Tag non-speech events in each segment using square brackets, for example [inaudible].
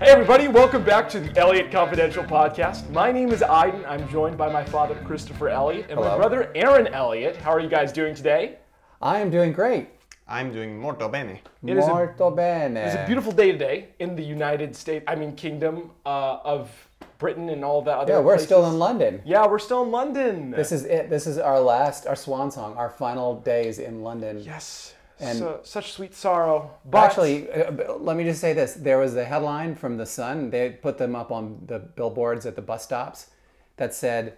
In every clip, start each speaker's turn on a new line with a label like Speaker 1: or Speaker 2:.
Speaker 1: Hey, everybody, welcome back to the Elliott Confidential podcast. My name is Iden. I'm joined by my father, Christopher Elliott, and my
Speaker 2: Hello.
Speaker 1: brother, Aaron Elliott. How are you guys doing today?
Speaker 2: I am doing great.
Speaker 3: I'm doing molto bene.
Speaker 1: It is a-
Speaker 2: Molto bene.
Speaker 1: It's a beautiful day today in the United States, I mean, Kingdom uh, of Britain and all that other
Speaker 2: Yeah, we're
Speaker 1: places.
Speaker 2: still in London.
Speaker 1: Yeah, we're still in London.
Speaker 2: This is it. This is our last, our swan song, our final days in London.
Speaker 1: yes.
Speaker 2: And-
Speaker 1: so, such sweet sorrow. But
Speaker 2: Actually, uh, let me just say this. There was a headline from The Sun. They put them up on the billboards at the bus stops that said,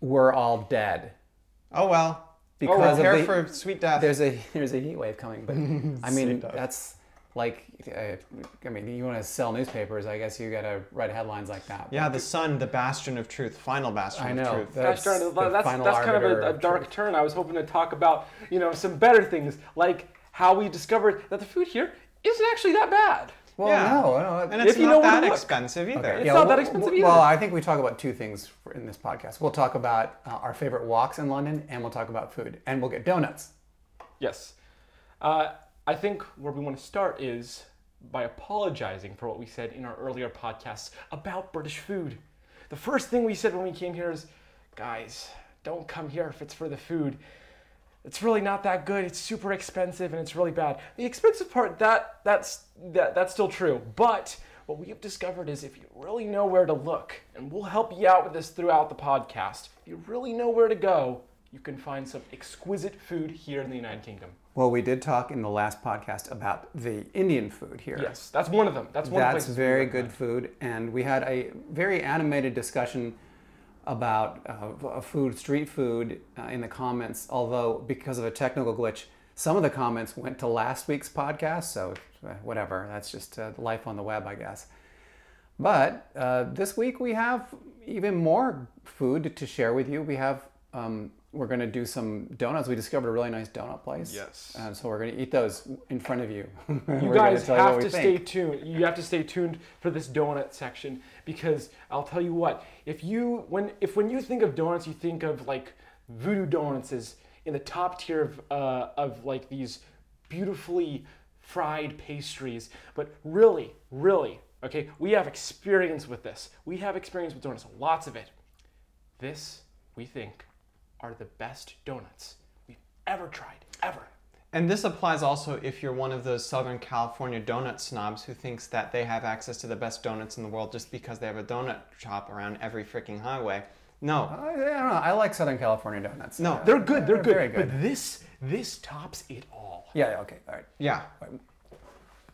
Speaker 2: We're all dead.
Speaker 3: Oh well.
Speaker 2: Because
Speaker 3: Prepare
Speaker 2: of the,
Speaker 3: for sweet death.
Speaker 2: there's a there's a heat wave coming,
Speaker 1: [laughs]
Speaker 2: but I mean that's like uh, I mean you want to sell newspapers, I guess you got to write headlines like that.
Speaker 3: yeah, the sun, the bastion of truth, final bastion
Speaker 2: I
Speaker 3: of
Speaker 2: know.
Speaker 3: truth.
Speaker 1: Gosh
Speaker 2: That's,
Speaker 1: darn it,
Speaker 2: the
Speaker 1: that's,
Speaker 2: final
Speaker 1: that's kind of
Speaker 2: arbiter
Speaker 1: a, a dark turn. I was hoping to talk about, you know, some better things, like how we discovered that the food here isn't actually that bad.
Speaker 2: Well,
Speaker 3: Yeah.
Speaker 2: no, no.
Speaker 3: And it's
Speaker 1: If you know
Speaker 3: not
Speaker 1: where to
Speaker 3: that
Speaker 1: look.
Speaker 3: expensive either.
Speaker 1: It's not that
Speaker 2: well,
Speaker 1: expensive
Speaker 2: well,
Speaker 1: either.
Speaker 2: Well, I think we talk about two things for- in this podcast. We'll talk about uh, our favorite walks in London, and we'll talk about food, and we'll get donuts.
Speaker 1: Yes. Uh, I think where we want to start is by apologizing for what we said in our earlier podcasts about British food. The first thing we said when we came here is, guys, don't come here if it's for the food. It's really not that good. It's super expensive and it's really bad. The expensive part that that's that that's still true. But what we have discovered is if you really know where to look, and we'll help you out with this throughout the podcast. If you really know where to go, you can find some exquisite food here in the United Kingdom.
Speaker 2: Well, we did talk in the last podcast about the Indian food here.
Speaker 1: Yes, that's one of them. That's one
Speaker 2: That's
Speaker 1: of the places we
Speaker 2: very
Speaker 1: recommend.
Speaker 2: good food, and we had a very animated discussion about uh, f- food, street food, uh, in the comments. Although because of a technical glitch, some of the comments went to last week's podcast. So uh, whatever, that's just uh, life on the web, I guess. But uh, this week we have even more food to share with you. We have um, we're going to do some donuts. We discovered a really nice donut place.
Speaker 3: Yes.
Speaker 2: Uh, so we're going to eat those in front of you. [laughs]
Speaker 1: You guys have to stay tuned. You have to stay tuned for this donut section because I'll tell you what. If you when if when you think of donuts, you think of like Voodoo Donuts is in the top tier of uh, of like these beautifully fried pastries. But really, really, okay, we have experience with this. We have experience with donuts, lots of it. This we think are the best donuts we've ever tried, ever.
Speaker 3: And this applies also if you're one of those Southern California donut snobs who thinks that they have access to the best donuts in the world just because they have a donut shop around every freaking highway. No.
Speaker 2: I, I don't know. I like Southern California donuts.
Speaker 3: No,
Speaker 1: They're good. They're, good.
Speaker 2: very good.
Speaker 1: But this this tops it all.
Speaker 2: Yeah. yeah, Okay. All right.
Speaker 3: Yeah.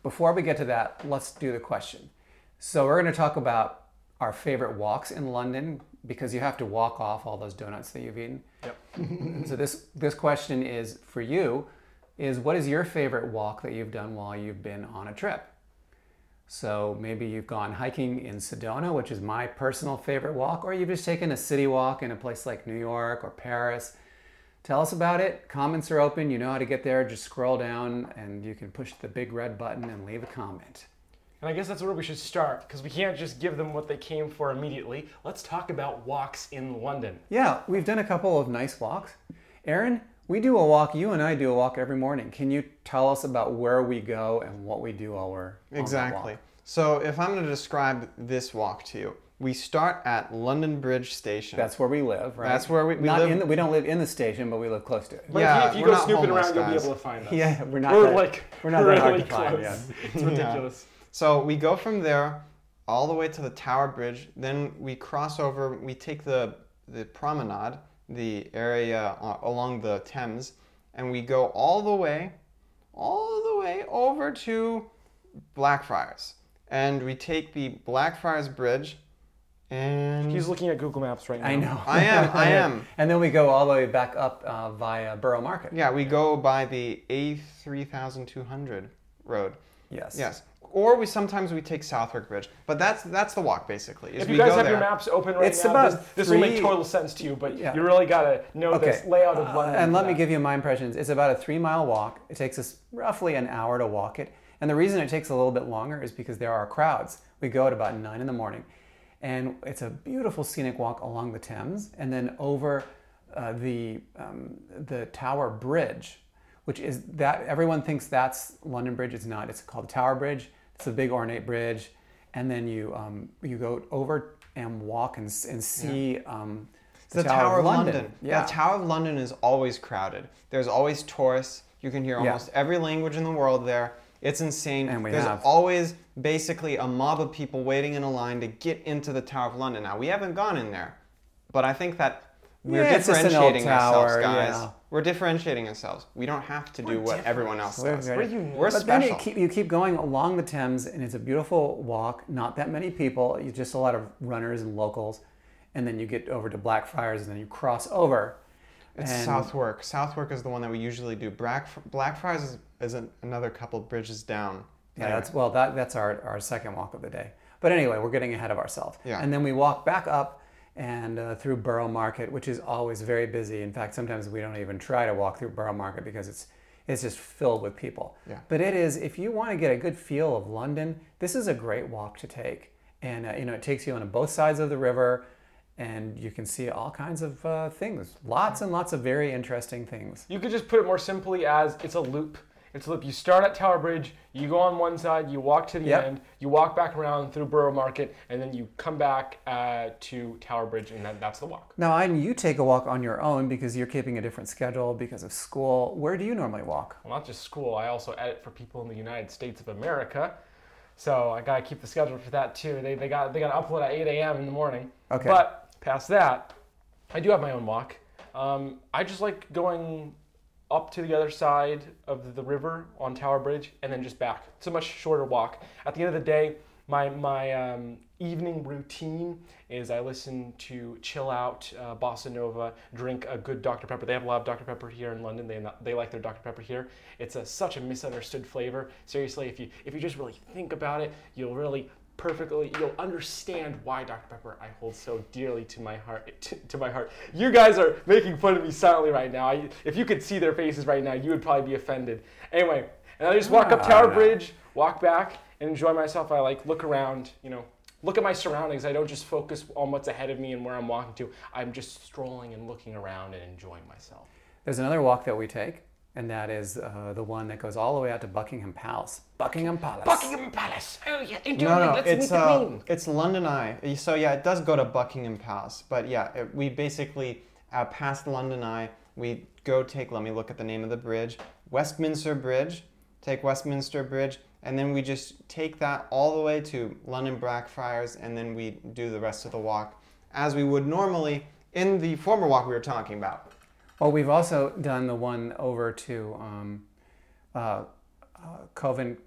Speaker 2: Before we get to that, let's do the question. So we're going to talk about our favorite walks in London because you have to walk off all those donuts that you've eaten. Yep. [laughs] so this this question is for you: is what is your favorite walk that you've done while you've been on a trip? So maybe you've gone hiking in Sedona, which is my personal favorite walk, or you've just taken a city walk in a place like New York or Paris. Tell us about it. Comments are open. You know how to get there. Just scroll down and you can push the big red button and leave a comment.
Speaker 1: And I guess that's where we should start because we can't just give them what they came for immediately. Let's talk about walks in London.
Speaker 2: Yeah, we've done a couple of nice walks. Aaron, we do a walk. You and I do a walk every morning. Can you tell us about where we go and what we do while we're on that
Speaker 3: Exactly.
Speaker 2: walk?
Speaker 3: So if I'm going to describe this walk to you, we start at London Bridge Station.
Speaker 2: That's where we live, right?
Speaker 3: That's where we- we
Speaker 2: Not
Speaker 3: live-
Speaker 2: in the, we don't live in the station, but we live close to it.
Speaker 1: But
Speaker 3: Yeah,
Speaker 1: if you, if
Speaker 3: we're
Speaker 1: you go
Speaker 3: not
Speaker 1: snooping
Speaker 3: homeless,
Speaker 1: around, you'll be
Speaker 3: guys.
Speaker 1: able to find us.
Speaker 2: [laughs] Yeah, we're not.
Speaker 1: We're
Speaker 2: that-
Speaker 1: like
Speaker 2: we're not
Speaker 1: really
Speaker 2: that hard to
Speaker 1: close.
Speaker 2: find. Yeah.
Speaker 1: It's ridiculous.
Speaker 3: So we go from there all the way to the Tower Bridge. Then we cross over. We take the the promenade, the area uh, along the Thames, and we go all the way, all the way over to Blackfriars. And we take the Blackfriars Bridge, and
Speaker 1: He's looking at Google Maps right now.
Speaker 2: I know.
Speaker 3: I am, I am.
Speaker 2: [laughs] and then we go all the way back up uh, via Borough Market.
Speaker 3: yeah, we go by the A three thousand two hundred road.
Speaker 2: Yes.
Speaker 3: Yes. Or we sometimes we take Southwark Bridge, but that's that's the walk basically. is
Speaker 1: If you
Speaker 3: we
Speaker 1: guys
Speaker 3: go
Speaker 1: have
Speaker 3: there.
Speaker 1: your maps open right
Speaker 2: It's
Speaker 1: now,
Speaker 2: about
Speaker 1: this, this will make
Speaker 2: three-
Speaker 1: total sense to you, but
Speaker 2: Yeah.
Speaker 1: you really gotta know
Speaker 2: Okay.
Speaker 1: this layout of London.
Speaker 2: Uh, and
Speaker 1: for
Speaker 2: let
Speaker 1: that.
Speaker 2: me give you my impressions. It's about a three mile walk. It takes us roughly an hour to walk it. And the reason it takes a little bit longer is because there are crowds. We go at about nine in the morning. And it's a beautiful scenic walk along the Thames and then over uh, the, um, the Tower Bridge, which is that everyone thinks that's London Bridge. It's not. It's called Tower Bridge. It's a big ornate bridge. and then you um, you go over and walk and, s- and see um,
Speaker 3: The, Tower, of London.
Speaker 2: Yeah,
Speaker 3: The Tower of London is always crowded. There's always tourists. You can hear almost every language in the world there. It's insane.
Speaker 2: And we
Speaker 3: There's
Speaker 2: have-
Speaker 3: always basically a mob of people waiting in a line to get into the Tower of London. Now, we haven't gone in there, but I think that we're
Speaker 2: Yeah, it's just an old
Speaker 3: differentiating ourselves,
Speaker 2: tower,
Speaker 3: guys.
Speaker 2: yeah.
Speaker 3: We're differentiating ourselves. We don't have to do what everyone else
Speaker 2: We're
Speaker 3: does.
Speaker 2: very-
Speaker 3: We're
Speaker 2: but then
Speaker 3: special.
Speaker 2: you keep, you keep going along the Thames, and it's a beautiful walk. Not that many people. You just a lot of runners and locals, and then you get over to Blackfriars, and then you cross over.
Speaker 3: It's
Speaker 2: and-
Speaker 3: Southwark. Southwark is the one that we usually do. Black Blackfriars is, is an, another couple bridges down.
Speaker 2: Yeah, that's well. That that's our, our second walk of the day. But anyway, we're getting ahead of ourselves.
Speaker 3: Yeah.
Speaker 2: And then we walk back up and uh, through Borough Market, which is always very busy. In fact, sometimes we don't even try to walk through Borough Market because it's it's just filled with people.
Speaker 3: Yeah.
Speaker 2: But it is if you want to get a good feel of London, this is a great walk to take. And uh, you know, it takes you on both sides of the river, and you can see all kinds of uh, things. Lots and lots of very interesting things.
Speaker 1: You could just put it more simply as it's a loop. It's a loop. You start at Tower Bridge, you go on one side, you walk to the
Speaker 2: Yep.
Speaker 1: end, you walk back around through Borough Market, and then you come back uh, to Tower Bridge, and then that's the walk.
Speaker 2: Now, Iden, you take a walk on your own because you're keeping a different schedule because of school. Where do you normally walk?
Speaker 1: Well, not just school, I also edit for people in the United States of America. So I gotta keep the schedule for that too. They, they got they gotta upload at 8 a.m. in the morning.
Speaker 2: Okay.
Speaker 1: But past that, I do have my own walk. Um, I just like going up to the other side of the river on Tower Bridge and then just back. It's a much shorter walk. At the end of the day, my my um, evening routine is I listen to chill out uh, bossa nova, drink a good Dr Pepper. They have a lot of Dr Pepper here in London. They they like their Dr Pepper here. It's a, such a misunderstood flavor. Seriously, if you if you just really think about it, you'll really perfectly you'll understand why dr pepper i hold so dearly to my heart to, to my heart you guys are making fun of me silently right now I, if you could see their faces right now you would probably be offended anyway and i just walk up
Speaker 2: Ah,
Speaker 1: tower
Speaker 2: no.
Speaker 1: bridge walk back and enjoy myself i like look around you know look at my surroundings i don't just focus on what's ahead of me and where i'm walking to i'm just strolling and looking around and enjoying myself
Speaker 2: There's another walk that we take, and that is uh, the one that goes all the way out to Buckingham Palace. Buckingham Palace.
Speaker 1: buckingham palace oh yeah enjoy
Speaker 3: No, no,
Speaker 1: let's meet
Speaker 3: it's
Speaker 1: the
Speaker 3: uh,
Speaker 1: queen
Speaker 3: it's London Eye. So yeah, it does go to Buckingham Palace, but yeah, it, we basically uh, past London Eye, we go take. Let me look at the name of the bridge, Westminster Bridge. Take Westminster Bridge, and then we just take that all the way to London Blackfriars, and then we do the rest of the walk as we would normally in the former walk we were talking about.
Speaker 2: Well, we've also done the one over to um, uh, uh, Covent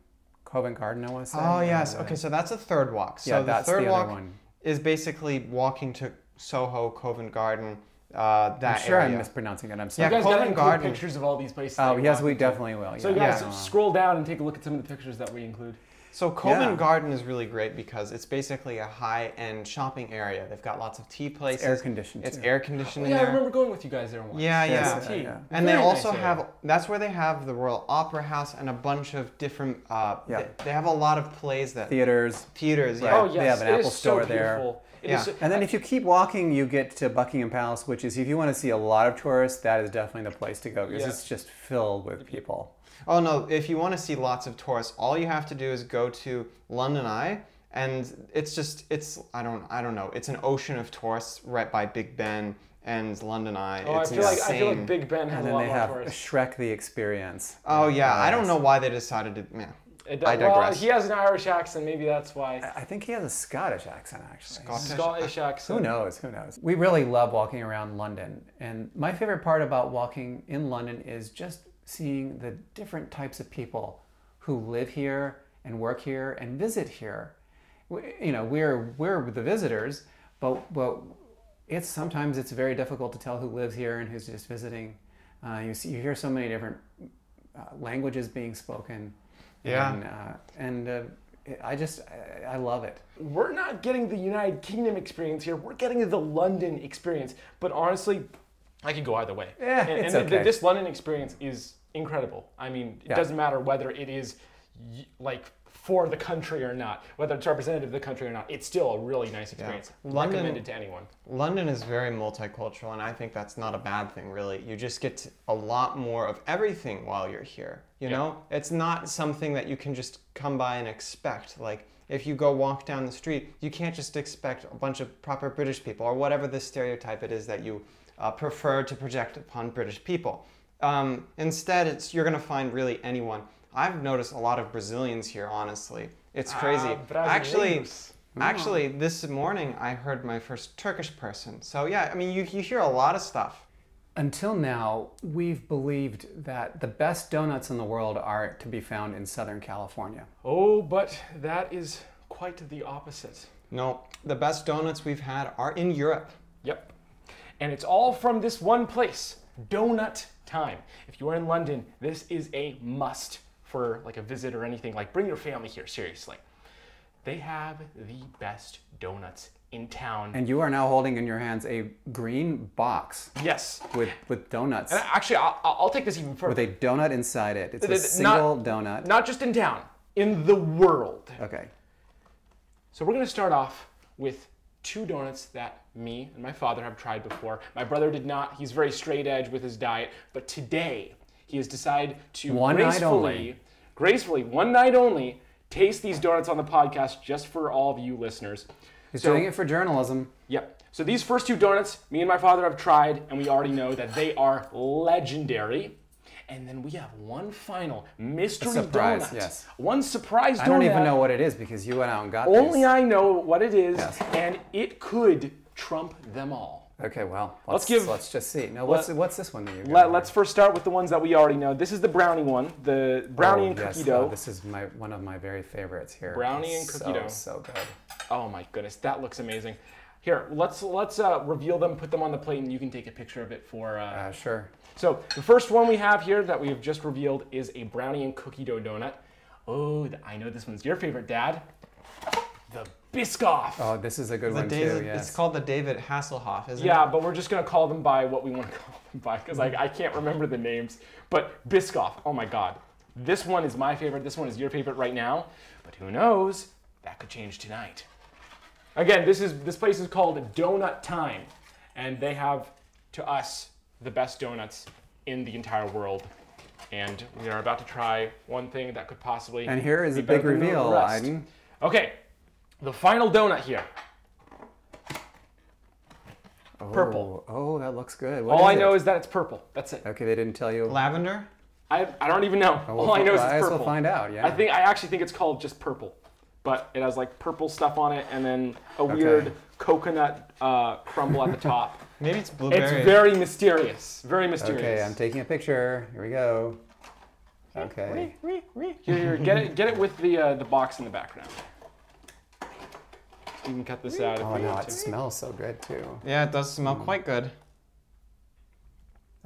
Speaker 2: Covent Garden. I want to say.
Speaker 3: Oh
Speaker 2: Uh,
Speaker 3: yes,
Speaker 2: the-
Speaker 3: okay, so that's the third walk. So
Speaker 2: Yeah,
Speaker 3: the
Speaker 2: that's
Speaker 3: third
Speaker 2: the
Speaker 3: walk
Speaker 2: other one.
Speaker 3: is basically walking to Soho, Covent Garden. Uh, that
Speaker 2: I'm sure
Speaker 3: area.
Speaker 2: I'm mispronouncing it. I'm
Speaker 1: you
Speaker 2: sorry.
Speaker 1: guys gotta
Speaker 3: Covent
Speaker 1: include
Speaker 3: Garden. Uh,
Speaker 1: pictures of all these places
Speaker 2: oh
Speaker 1: that
Speaker 2: yes,
Speaker 1: walk
Speaker 2: we
Speaker 1: into.
Speaker 2: definitely will.
Speaker 1: So
Speaker 2: yeah.
Speaker 1: you guys
Speaker 3: Yeah.
Speaker 1: scroll down and take a look at some of the pictures that we include.
Speaker 3: So Covent
Speaker 2: Yeah.
Speaker 3: Garden is really great because it's basically a high-end shopping area. They've got lots of tea places.
Speaker 2: air conditioned,
Speaker 3: It's
Speaker 2: too. Oh,
Speaker 3: air conditioned
Speaker 1: Oh, yeah, I
Speaker 3: there.
Speaker 1: remember going with you guys there once.
Speaker 3: Yeah, yeah.
Speaker 2: Yes,
Speaker 1: Tea.
Speaker 2: yeah.
Speaker 3: And they
Speaker 1: Very nice
Speaker 3: also
Speaker 1: area.
Speaker 3: have that's where they have the Royal Opera House and a bunch of different. Uh,
Speaker 2: Yeah.
Speaker 3: they, they have a lot of plays that
Speaker 2: theaters.
Speaker 3: theaters. Yeah.
Speaker 1: Oh
Speaker 2: They
Speaker 1: yes,
Speaker 2: have an
Speaker 1: it is
Speaker 2: Apple store
Speaker 1: so
Speaker 2: there.
Speaker 1: beautiful. It
Speaker 3: Yeah.
Speaker 1: is so-
Speaker 2: And then if you keep walking, you get to Buckingham Palace, which is if you want to see a lot of tourists, that is definitely the place to go because
Speaker 1: Yeah.
Speaker 2: it's just filled with people.
Speaker 3: Oh no! If you want to see lots of tourists, all you have to do is go to London Eye, and it's just it's I don't I don't know. It's an ocean of tourists right by Big Ben and London Eye.
Speaker 1: oh, I
Speaker 3: it's
Speaker 1: feel like I feel
Speaker 3: insane.
Speaker 1: like Big Ben has
Speaker 2: And
Speaker 1: a
Speaker 2: then
Speaker 1: lot
Speaker 2: they
Speaker 1: more
Speaker 2: have
Speaker 1: tourists.
Speaker 2: Shrek the Experience.
Speaker 3: Oh yeah, I don't know why they decided to. Yeah.
Speaker 1: It
Speaker 3: I
Speaker 1: does- well,
Speaker 3: digress.
Speaker 1: he has an Irish accent. Maybe that's why.
Speaker 2: I think he has a Scottish accent, actually.
Speaker 3: Scottish.
Speaker 1: Scottish
Speaker 2: Who
Speaker 1: accent.
Speaker 2: knows? Who knows? We really love walking around London. And my favorite part about walking in London is just seeing the different types of people who live here and work here and visit here. We, you know, we're, we're the visitors, but, but it's sometimes it's very difficult to tell who lives here and who's just visiting. Uh, you, see, you hear so many different uh, languages being spoken.
Speaker 3: Yeah.
Speaker 2: And, uh, and uh, it- I just, I, I love it.
Speaker 1: We're not getting the United Kingdom experience here. We're getting the London experience. But honestly, I could go either way.
Speaker 2: Eh,
Speaker 1: and,
Speaker 2: it's
Speaker 1: and th-
Speaker 2: okay.
Speaker 1: this London experience is incredible. I mean, it
Speaker 2: Yeah.
Speaker 1: doesn't matter whether it is y- like for the country or not, whether it's representative of the country or not. It's still a really nice experience.
Speaker 3: London-
Speaker 1: Recommended to anyone.
Speaker 3: London is very multicultural, and I think that's not a bad thing, really. You just get to- a lot more of everything while you're here. You know, it's not something that you can just come by and expect. Like if you go walk down the street, you can't just expect a bunch of proper British people or whatever the stereotype it is that you uh, prefer to project upon British people. Um, instead, it's you're gonna find really anyone. I've noticed a lot of Brazilians here, honestly. It's crazy.
Speaker 1: Ah,
Speaker 3: actually,
Speaker 1: Brasileiros.
Speaker 3: actually, this morning I heard my first Turkish person. So yeah, I mean, you, you hear a lot of stuff.
Speaker 2: Until now, we've believed that the best donuts in the world are to be found in Southern California.
Speaker 1: Oh, but that is quite the opposite.
Speaker 3: No, the best donuts we've had are in Europe.
Speaker 1: Yep. And it's all from this one place, Donut Time. If you are in London, this is a must for like a visit or anything. Like bring your family here, seriously. They have the best donuts in town.
Speaker 2: And you are now holding in your hands a green box
Speaker 1: yes.
Speaker 2: with, with donuts,
Speaker 1: And actually, I'll, I'll I'll take this even further.
Speaker 2: with a donut inside it. It's a
Speaker 1: Th- th- not-
Speaker 2: single donut.
Speaker 1: Not just in town, in the world.
Speaker 2: Okay.
Speaker 1: So we're gonna start off with two donuts that me and my father have tried before. My brother did not. He's very straight edge with his diet, but today he has decided to
Speaker 2: One night
Speaker 1: gracefully,
Speaker 2: only.
Speaker 1: gracefully, one night only, taste these donuts on the podcast just for all of you listeners.
Speaker 2: He's doing it for journalism.
Speaker 1: Yep. So these first two donuts, me and my father have tried, and we already know that they are legendary. And then we have one final mystery
Speaker 2: surprise,
Speaker 1: donut.
Speaker 2: yes.
Speaker 1: One surprise donut.
Speaker 2: I don't even know what it is because you went out and got
Speaker 1: Only
Speaker 2: these.
Speaker 1: I know what it is,
Speaker 2: Yes.
Speaker 1: and it could trump them all.
Speaker 2: Okay, well, let's,
Speaker 1: give-
Speaker 2: Let's just see. Now, what's what's this one that you?
Speaker 1: Let, us first start with the ones that we already know. This is the brownie one, the brownie and
Speaker 2: yes.
Speaker 1: cookie
Speaker 2: Oh,
Speaker 1: dough.
Speaker 2: this is my one of my very favorites here.
Speaker 1: Brownie
Speaker 2: It's
Speaker 1: and cookie
Speaker 2: so,
Speaker 1: dough.
Speaker 2: So good.
Speaker 1: Oh my goodness, that looks amazing. Here, let's let's uh, reveal them, put them on the plate, and you can take a picture of it for. Uh,
Speaker 2: Uh, sure.
Speaker 1: So the first one we have here that we have just revealed is a brownie and cookie dough donut. Oh, th- I know this one's your favorite, Dad. The Biscoff.
Speaker 2: Oh, this is a good
Speaker 3: The
Speaker 2: one
Speaker 3: David,
Speaker 2: too. Yes.
Speaker 3: It's called the David Hasselhoff, isn't
Speaker 1: Yeah,
Speaker 3: it?
Speaker 1: but we're just gonna call them by what we want to [laughs] call them by because like I can't remember the names. But Biscoff, oh my God, this one is my favorite. This one is your favorite right now, but who knows? That could change tonight. Again, this is this place is called Donut Time, and they have to us the best donuts in the entire world. And we are about to try one thing that could possibly
Speaker 2: and here is
Speaker 1: be
Speaker 2: a big
Speaker 1: better than the
Speaker 2: reveal,
Speaker 1: rest.
Speaker 2: Aiden.
Speaker 1: Okay, the final donut here. Purple.
Speaker 2: Oh, oh, that looks good.
Speaker 1: All I know is that it's purple. That's it.
Speaker 2: Okay, they didn't tell you.
Speaker 3: Lavender?
Speaker 1: I, I don't even know.
Speaker 2: Well,
Speaker 1: All I know is it's
Speaker 2: well, I guess
Speaker 1: purple.
Speaker 2: we'll find out. Yeah.
Speaker 1: I think I actually think it's called just purple, but it has like purple stuff on it and then a
Speaker 2: Okay.
Speaker 1: weird coconut uh, crumble at the
Speaker 2: [laughs]
Speaker 1: top.
Speaker 3: Maybe it's blueberry.
Speaker 1: it's very mysterious. Very
Speaker 2: Okay,
Speaker 1: mysterious.
Speaker 2: I'm taking a picture. Here we go. Okay.
Speaker 1: Here, here, get it, get it with the uh, the box in the background. You can cut this out if
Speaker 2: Oh
Speaker 1: you
Speaker 2: no,
Speaker 1: want to.
Speaker 2: it smells so good too.
Speaker 3: Yeah, it does
Speaker 1: Mm.
Speaker 3: smell quite good.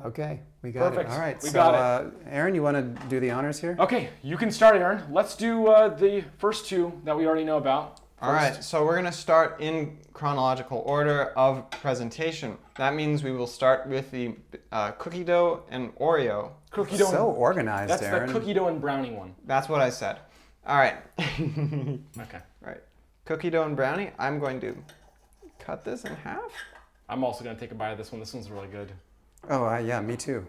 Speaker 2: Okay, we got
Speaker 1: Perfect.
Speaker 2: it. All right,
Speaker 1: We
Speaker 2: so
Speaker 1: got it. Oh,
Speaker 2: uh, Aaron, you want to do the honors here?
Speaker 1: Okay, you can start, Aaron. Let's do uh, the first two that we already know about.
Speaker 3: All right, so we're going to start in chronological order of presentation. That means we will start with the uh, cookie dough and Oreo.
Speaker 1: Cookie dough.
Speaker 2: So
Speaker 1: and,
Speaker 2: organized,
Speaker 1: that's
Speaker 2: Aaron.
Speaker 1: the cookie dough and brownie one.
Speaker 3: That's what I said. All right. [laughs] All
Speaker 1: Okay.
Speaker 3: right. Cookie dough and brownie. I'm going to cut this in half.
Speaker 1: I'm also gonna take a bite of this one. This one's really good.
Speaker 2: Oh uh, yeah, me too.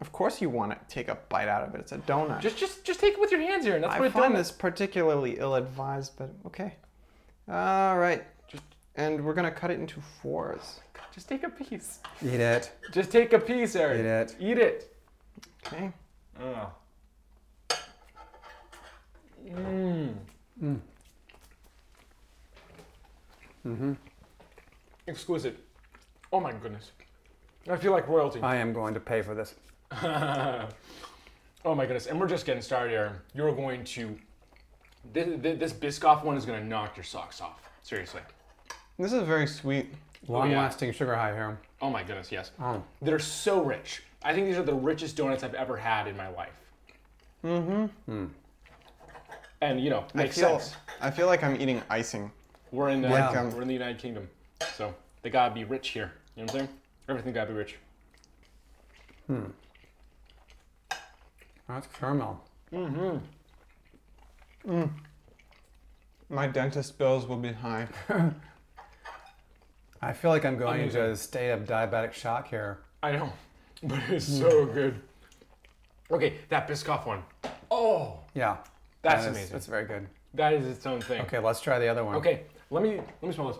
Speaker 3: Of course you want to take a bite out of it. It's a donut.
Speaker 1: Just, just, just take it with your hands here, and that's
Speaker 3: I
Speaker 1: what it's
Speaker 3: find
Speaker 1: doing.
Speaker 3: this particularly ill-advised, but okay. All right. Just, and we're gonna cut it into fours.
Speaker 1: Just take a piece.
Speaker 2: Eat it.
Speaker 1: Just take a piece, Eric.
Speaker 2: Eat it.
Speaker 1: Eat it.
Speaker 3: Okay.
Speaker 1: Ugh. Mmm.
Speaker 2: Mm. Mm-hmm.
Speaker 1: Exquisite. Oh my goodness. I feel like royalty.
Speaker 2: I am going to pay for this.
Speaker 1: oh my goodness. And we're just getting started here. You're going to. This, this Biscoff one is going to knock your socks off. Seriously.
Speaker 3: This is very sweet.
Speaker 2: Long-lasting sugar high here.
Speaker 1: Oh my goodness, yes.
Speaker 2: Oh.
Speaker 1: They're so rich. I think these are the richest donuts I've ever had in my life. Mm-hmm. And you know,
Speaker 3: Hmm. I
Speaker 1: makes
Speaker 3: feel.
Speaker 1: sense.
Speaker 3: I feel like I'm eating icing.
Speaker 1: We're in the
Speaker 2: Like,
Speaker 3: um,
Speaker 1: we're in the United Kingdom, so they gotta be rich here. You know what I'm saying? Everything gotta be rich.
Speaker 2: That's caramel.
Speaker 3: My dentist bills will be high.
Speaker 2: I feel like I'm going
Speaker 1: Amazing.
Speaker 2: into a state of diabetic shock here.
Speaker 1: I know, [laughs] but it's so good. Okay, that Biscoff one. Oh,
Speaker 2: Yeah.
Speaker 1: That's
Speaker 2: That is-
Speaker 1: amazing.
Speaker 2: That's very good.
Speaker 1: That is its own thing.
Speaker 2: Okay, let's try the other one.
Speaker 1: Okay, let me let me smell this.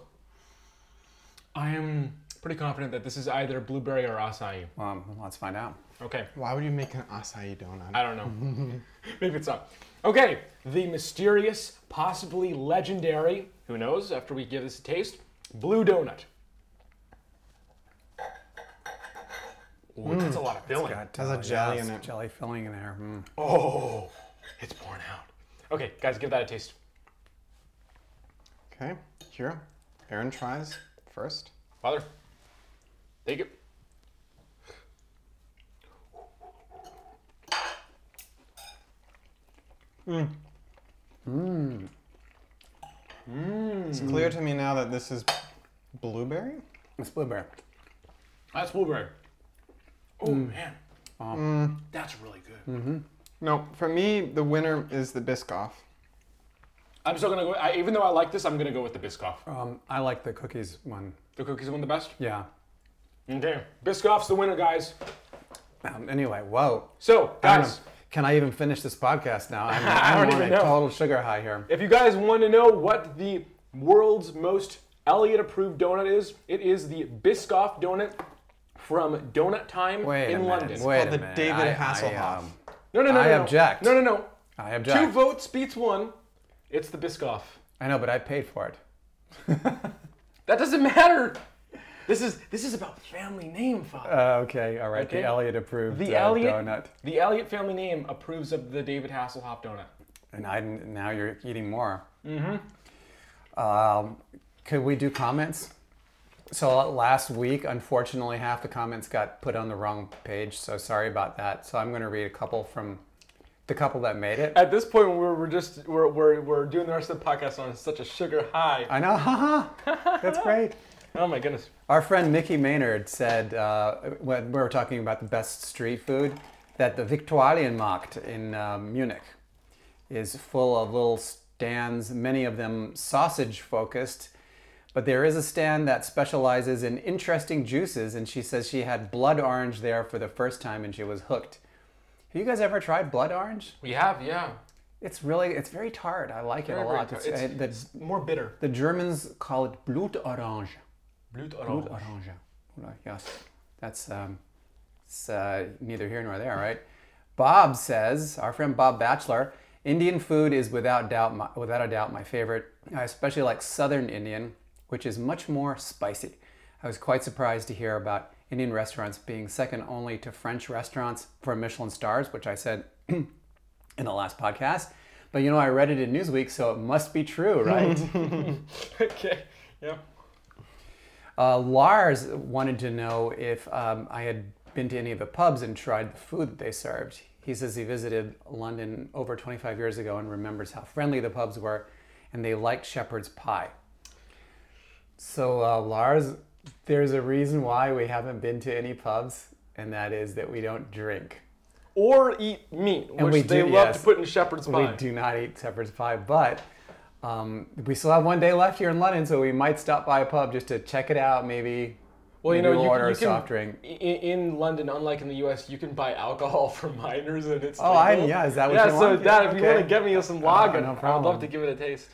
Speaker 1: I am pretty confident that this is either blueberry or acai.
Speaker 2: Um, let's find out.
Speaker 1: Okay,
Speaker 3: Why would you make an acai donut?
Speaker 1: I don't know. [laughs] Maybe it's not. Okay, the mysterious, possibly legendary, who knows, after we give this a taste, blue donut. Ooh, that's a lot of filling.
Speaker 2: Got
Speaker 3: Has a jelly in it.
Speaker 2: Jelly filling in there. Mm.
Speaker 1: Oh, it's pouring out. Okay, guys, give that a taste.
Speaker 3: Okay, here. Aaron tries first.
Speaker 1: Father, take it.
Speaker 3: It's
Speaker 1: Hmm.
Speaker 3: clear to me now that this is blueberry.
Speaker 2: It's blueberry.
Speaker 1: That's blueberry. Oh man, Hmm. that's really good.
Speaker 3: No, for me, the winner is the Biscoff.
Speaker 1: I'm still gonna go. I, even though I like this, I'm gonna go with the Biscoff.
Speaker 2: Um, I like the cookies one.
Speaker 1: The cookies one the best.
Speaker 2: Yeah.
Speaker 1: Okay, Biscoff's the winner, guys.
Speaker 2: Um, anyway, whoa.
Speaker 1: So
Speaker 2: I don't
Speaker 1: guys,
Speaker 2: know. Can I even finish this podcast
Speaker 1: [laughs]
Speaker 2: now? I'm,
Speaker 1: I
Speaker 2: I'm
Speaker 1: don't
Speaker 2: on a
Speaker 1: even know.
Speaker 2: total sugar high here.
Speaker 1: if you guys want to know what the world's most Elliot-approved donut is, it is the Biscoff donut from Donut Time
Speaker 2: Wait a
Speaker 1: in
Speaker 2: minute.
Speaker 1: London.
Speaker 2: Wait
Speaker 3: called
Speaker 2: a
Speaker 3: the
Speaker 2: minute.
Speaker 3: David
Speaker 2: I, I,
Speaker 3: Hasselhoff.
Speaker 2: um,
Speaker 1: No, no, no,
Speaker 2: I
Speaker 1: no, no.
Speaker 2: object.
Speaker 1: No, no, no.
Speaker 2: I
Speaker 1: Two
Speaker 2: object.
Speaker 1: votes beats one. It's the Biscoff.
Speaker 2: I know, but I paid for it. [laughs]
Speaker 1: That doesn't [laughs] matter. This is this is about family name, Father.
Speaker 2: Uh, okay, all right.
Speaker 1: Okay.
Speaker 2: The Elliot approved
Speaker 1: The
Speaker 2: uh,
Speaker 1: Elliot
Speaker 2: donut.
Speaker 1: The Elliott family name approves of the David Hasselhoff donut.
Speaker 2: And I, now you're eating more. Mm-hmm. Um, could we do comments? So last week, unfortunately, half the comments got put on the wrong page. So sorry about that. So I'm going to read a couple from the couple that made it.
Speaker 1: At this point, we're, we're just we're, we're, we're doing the rest of the podcast on such a sugar high.
Speaker 2: I know, [laughs] haha. That's great.
Speaker 1: Oh my goodness.
Speaker 2: Our friend Mickey Maynard said uh, when we were talking about the best street food that the Viktualienmarkt in uh, Munich is full of little stands, many of them sausage focused. But there is a stand that specializes in interesting juices, and she says she had blood orange there for the first time and she was hooked. Have you guys ever tried blood orange?
Speaker 1: We have yeah.
Speaker 2: It's really, it's very tart. I like it a lot.
Speaker 1: It's,
Speaker 2: It's- uh,
Speaker 1: it's more bitter.
Speaker 2: the, the Germans call it Blutorange.
Speaker 1: Blut
Speaker 2: Blut
Speaker 1: [laughs] orange.
Speaker 2: orange. Voilà, Yes, that's um, it's, uh, neither here nor there, right? Bob says, our friend Bob Batchelor, Indian food is without doubt my, without a doubt my favorite. I especially like Southern Indian, which is much more spicy. I was quite surprised to hear about Indian restaurants being second only to French restaurants for Michelin stars, which I said [clears throat] in the last podcast. But you know, I read it in Newsweek, so it must be true, right?
Speaker 1: okay. Yeah.
Speaker 2: Uh, Lars wanted to know if um, I had been to any of the pubs and tried the food that they served. He says he visited London over 25 years ago and remembers how friendly the pubs were, and they liked shepherd's pie. So uh, Lars, there's a reason why we haven't been to any pubs, and that is that we don't drink.
Speaker 1: Or eat meat, which
Speaker 2: we
Speaker 1: they
Speaker 2: do-
Speaker 1: love
Speaker 2: yes.
Speaker 1: to put in shepherd's pie.
Speaker 2: We do not eat shepherd's pie, but um, we still have one day left here in London, so we might stop by a pub just to check it out, maybe.
Speaker 1: Well, you
Speaker 2: maybe
Speaker 1: know,
Speaker 2: we'll
Speaker 1: you,
Speaker 2: order
Speaker 1: you
Speaker 2: a
Speaker 1: can,
Speaker 2: soft drink.
Speaker 1: i- in London, unlike in the U.S., you can buy alcohol [laughs] for minors, and it's
Speaker 2: Oh, I-
Speaker 1: legal.
Speaker 2: yeah, is that what
Speaker 1: yeah,
Speaker 2: you
Speaker 1: so
Speaker 2: want?
Speaker 1: that
Speaker 2: Yeah,
Speaker 1: if you
Speaker 2: okay. Oh,
Speaker 1: want to get me some
Speaker 2: no
Speaker 1: lager, I would love
Speaker 2: problem.
Speaker 1: to give it a taste.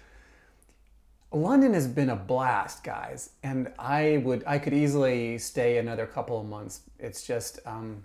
Speaker 2: London has been a blast, guys, and I would I could easily stay another couple of months. It's just, um,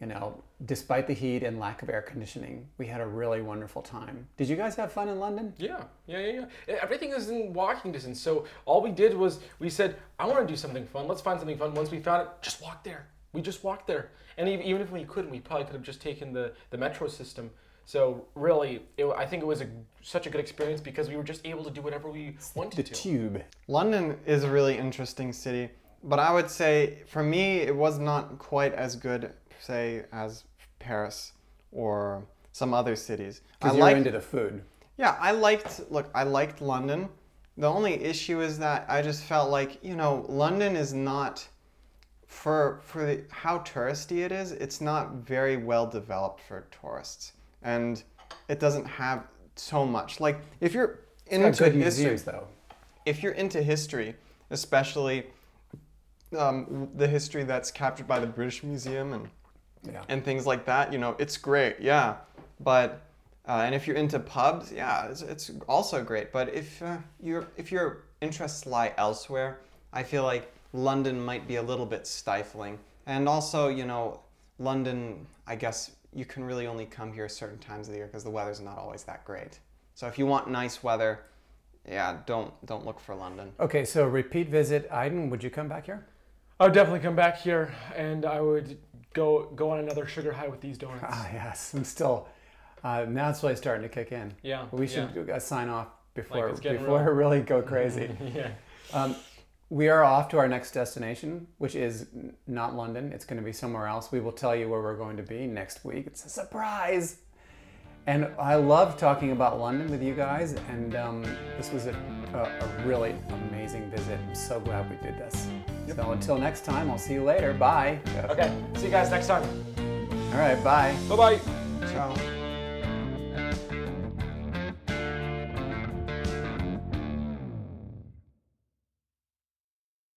Speaker 2: you know, despite the heat and lack of air conditioning, we had a really wonderful time. Did you guys have fun in London?
Speaker 1: Yeah, yeah, yeah, yeah. E, Everything is in walking distance. So all we did was we said, I want to do something fun. Let's find something fun. Once we found it, just walk there. We just walked there. And ev- even if we couldn't, we probably could have just taken the, the metro system. So really, it, wa- I think it was a, such a good experience because we were just able to do whatever we
Speaker 2: The
Speaker 1: wanted to.
Speaker 2: tube.
Speaker 3: London is a really interesting city, but I would say for me it was not quite as good, say, as Paris or some other cities. I
Speaker 2: Because you
Speaker 3: liked,
Speaker 2: were into the food.
Speaker 3: yeah, I liked. Look, I liked London. The only issue is that I just felt like you know London is not for for the, how touristy it is. It's not very well developed for tourists, and it doesn't have so much. Like if you're into
Speaker 2: Got good
Speaker 3: history,
Speaker 2: museums, though.
Speaker 3: if you're into history, especially um, the history that's captured by the British Museum and
Speaker 2: Yeah.
Speaker 3: and things like that, you know, it's great, yeah. But Uh, and if you're into pubs, yeah, it's, it's also great. But if uh, your if your interests lie elsewhere, I feel like London might be a little bit stifling. And also, you know, London, I guess you can really only come here certain times of the year because the weather's not always that great. So if you want nice weather, yeah, don't don't look for London.
Speaker 2: Okay, so repeat visit, Iden. Would you come back here?
Speaker 1: I would definitely come back here, and I would go go on another sugar high with these donuts.
Speaker 2: Ah, yes. I'm still. Uh, now it's really starting to kick in.
Speaker 1: Yeah,
Speaker 2: We should
Speaker 1: yeah.
Speaker 2: do a sign off before
Speaker 1: it's getting
Speaker 2: before I really
Speaker 1: [laughs]
Speaker 2: go crazy.
Speaker 1: yeah.
Speaker 2: Um, we are off to our next destination, which is n- not London. It's going to be somewhere else. We will tell you where we're going to be next week. It's a surprise. And I love talking about London with you guys. And um, this was a, a, a really amazing visit. I'm so glad we did this. So until next time, I'll see you later. Bye.
Speaker 1: Okay. See you guys next time.
Speaker 2: All right. Bye.
Speaker 1: Bye bye.
Speaker 3: So.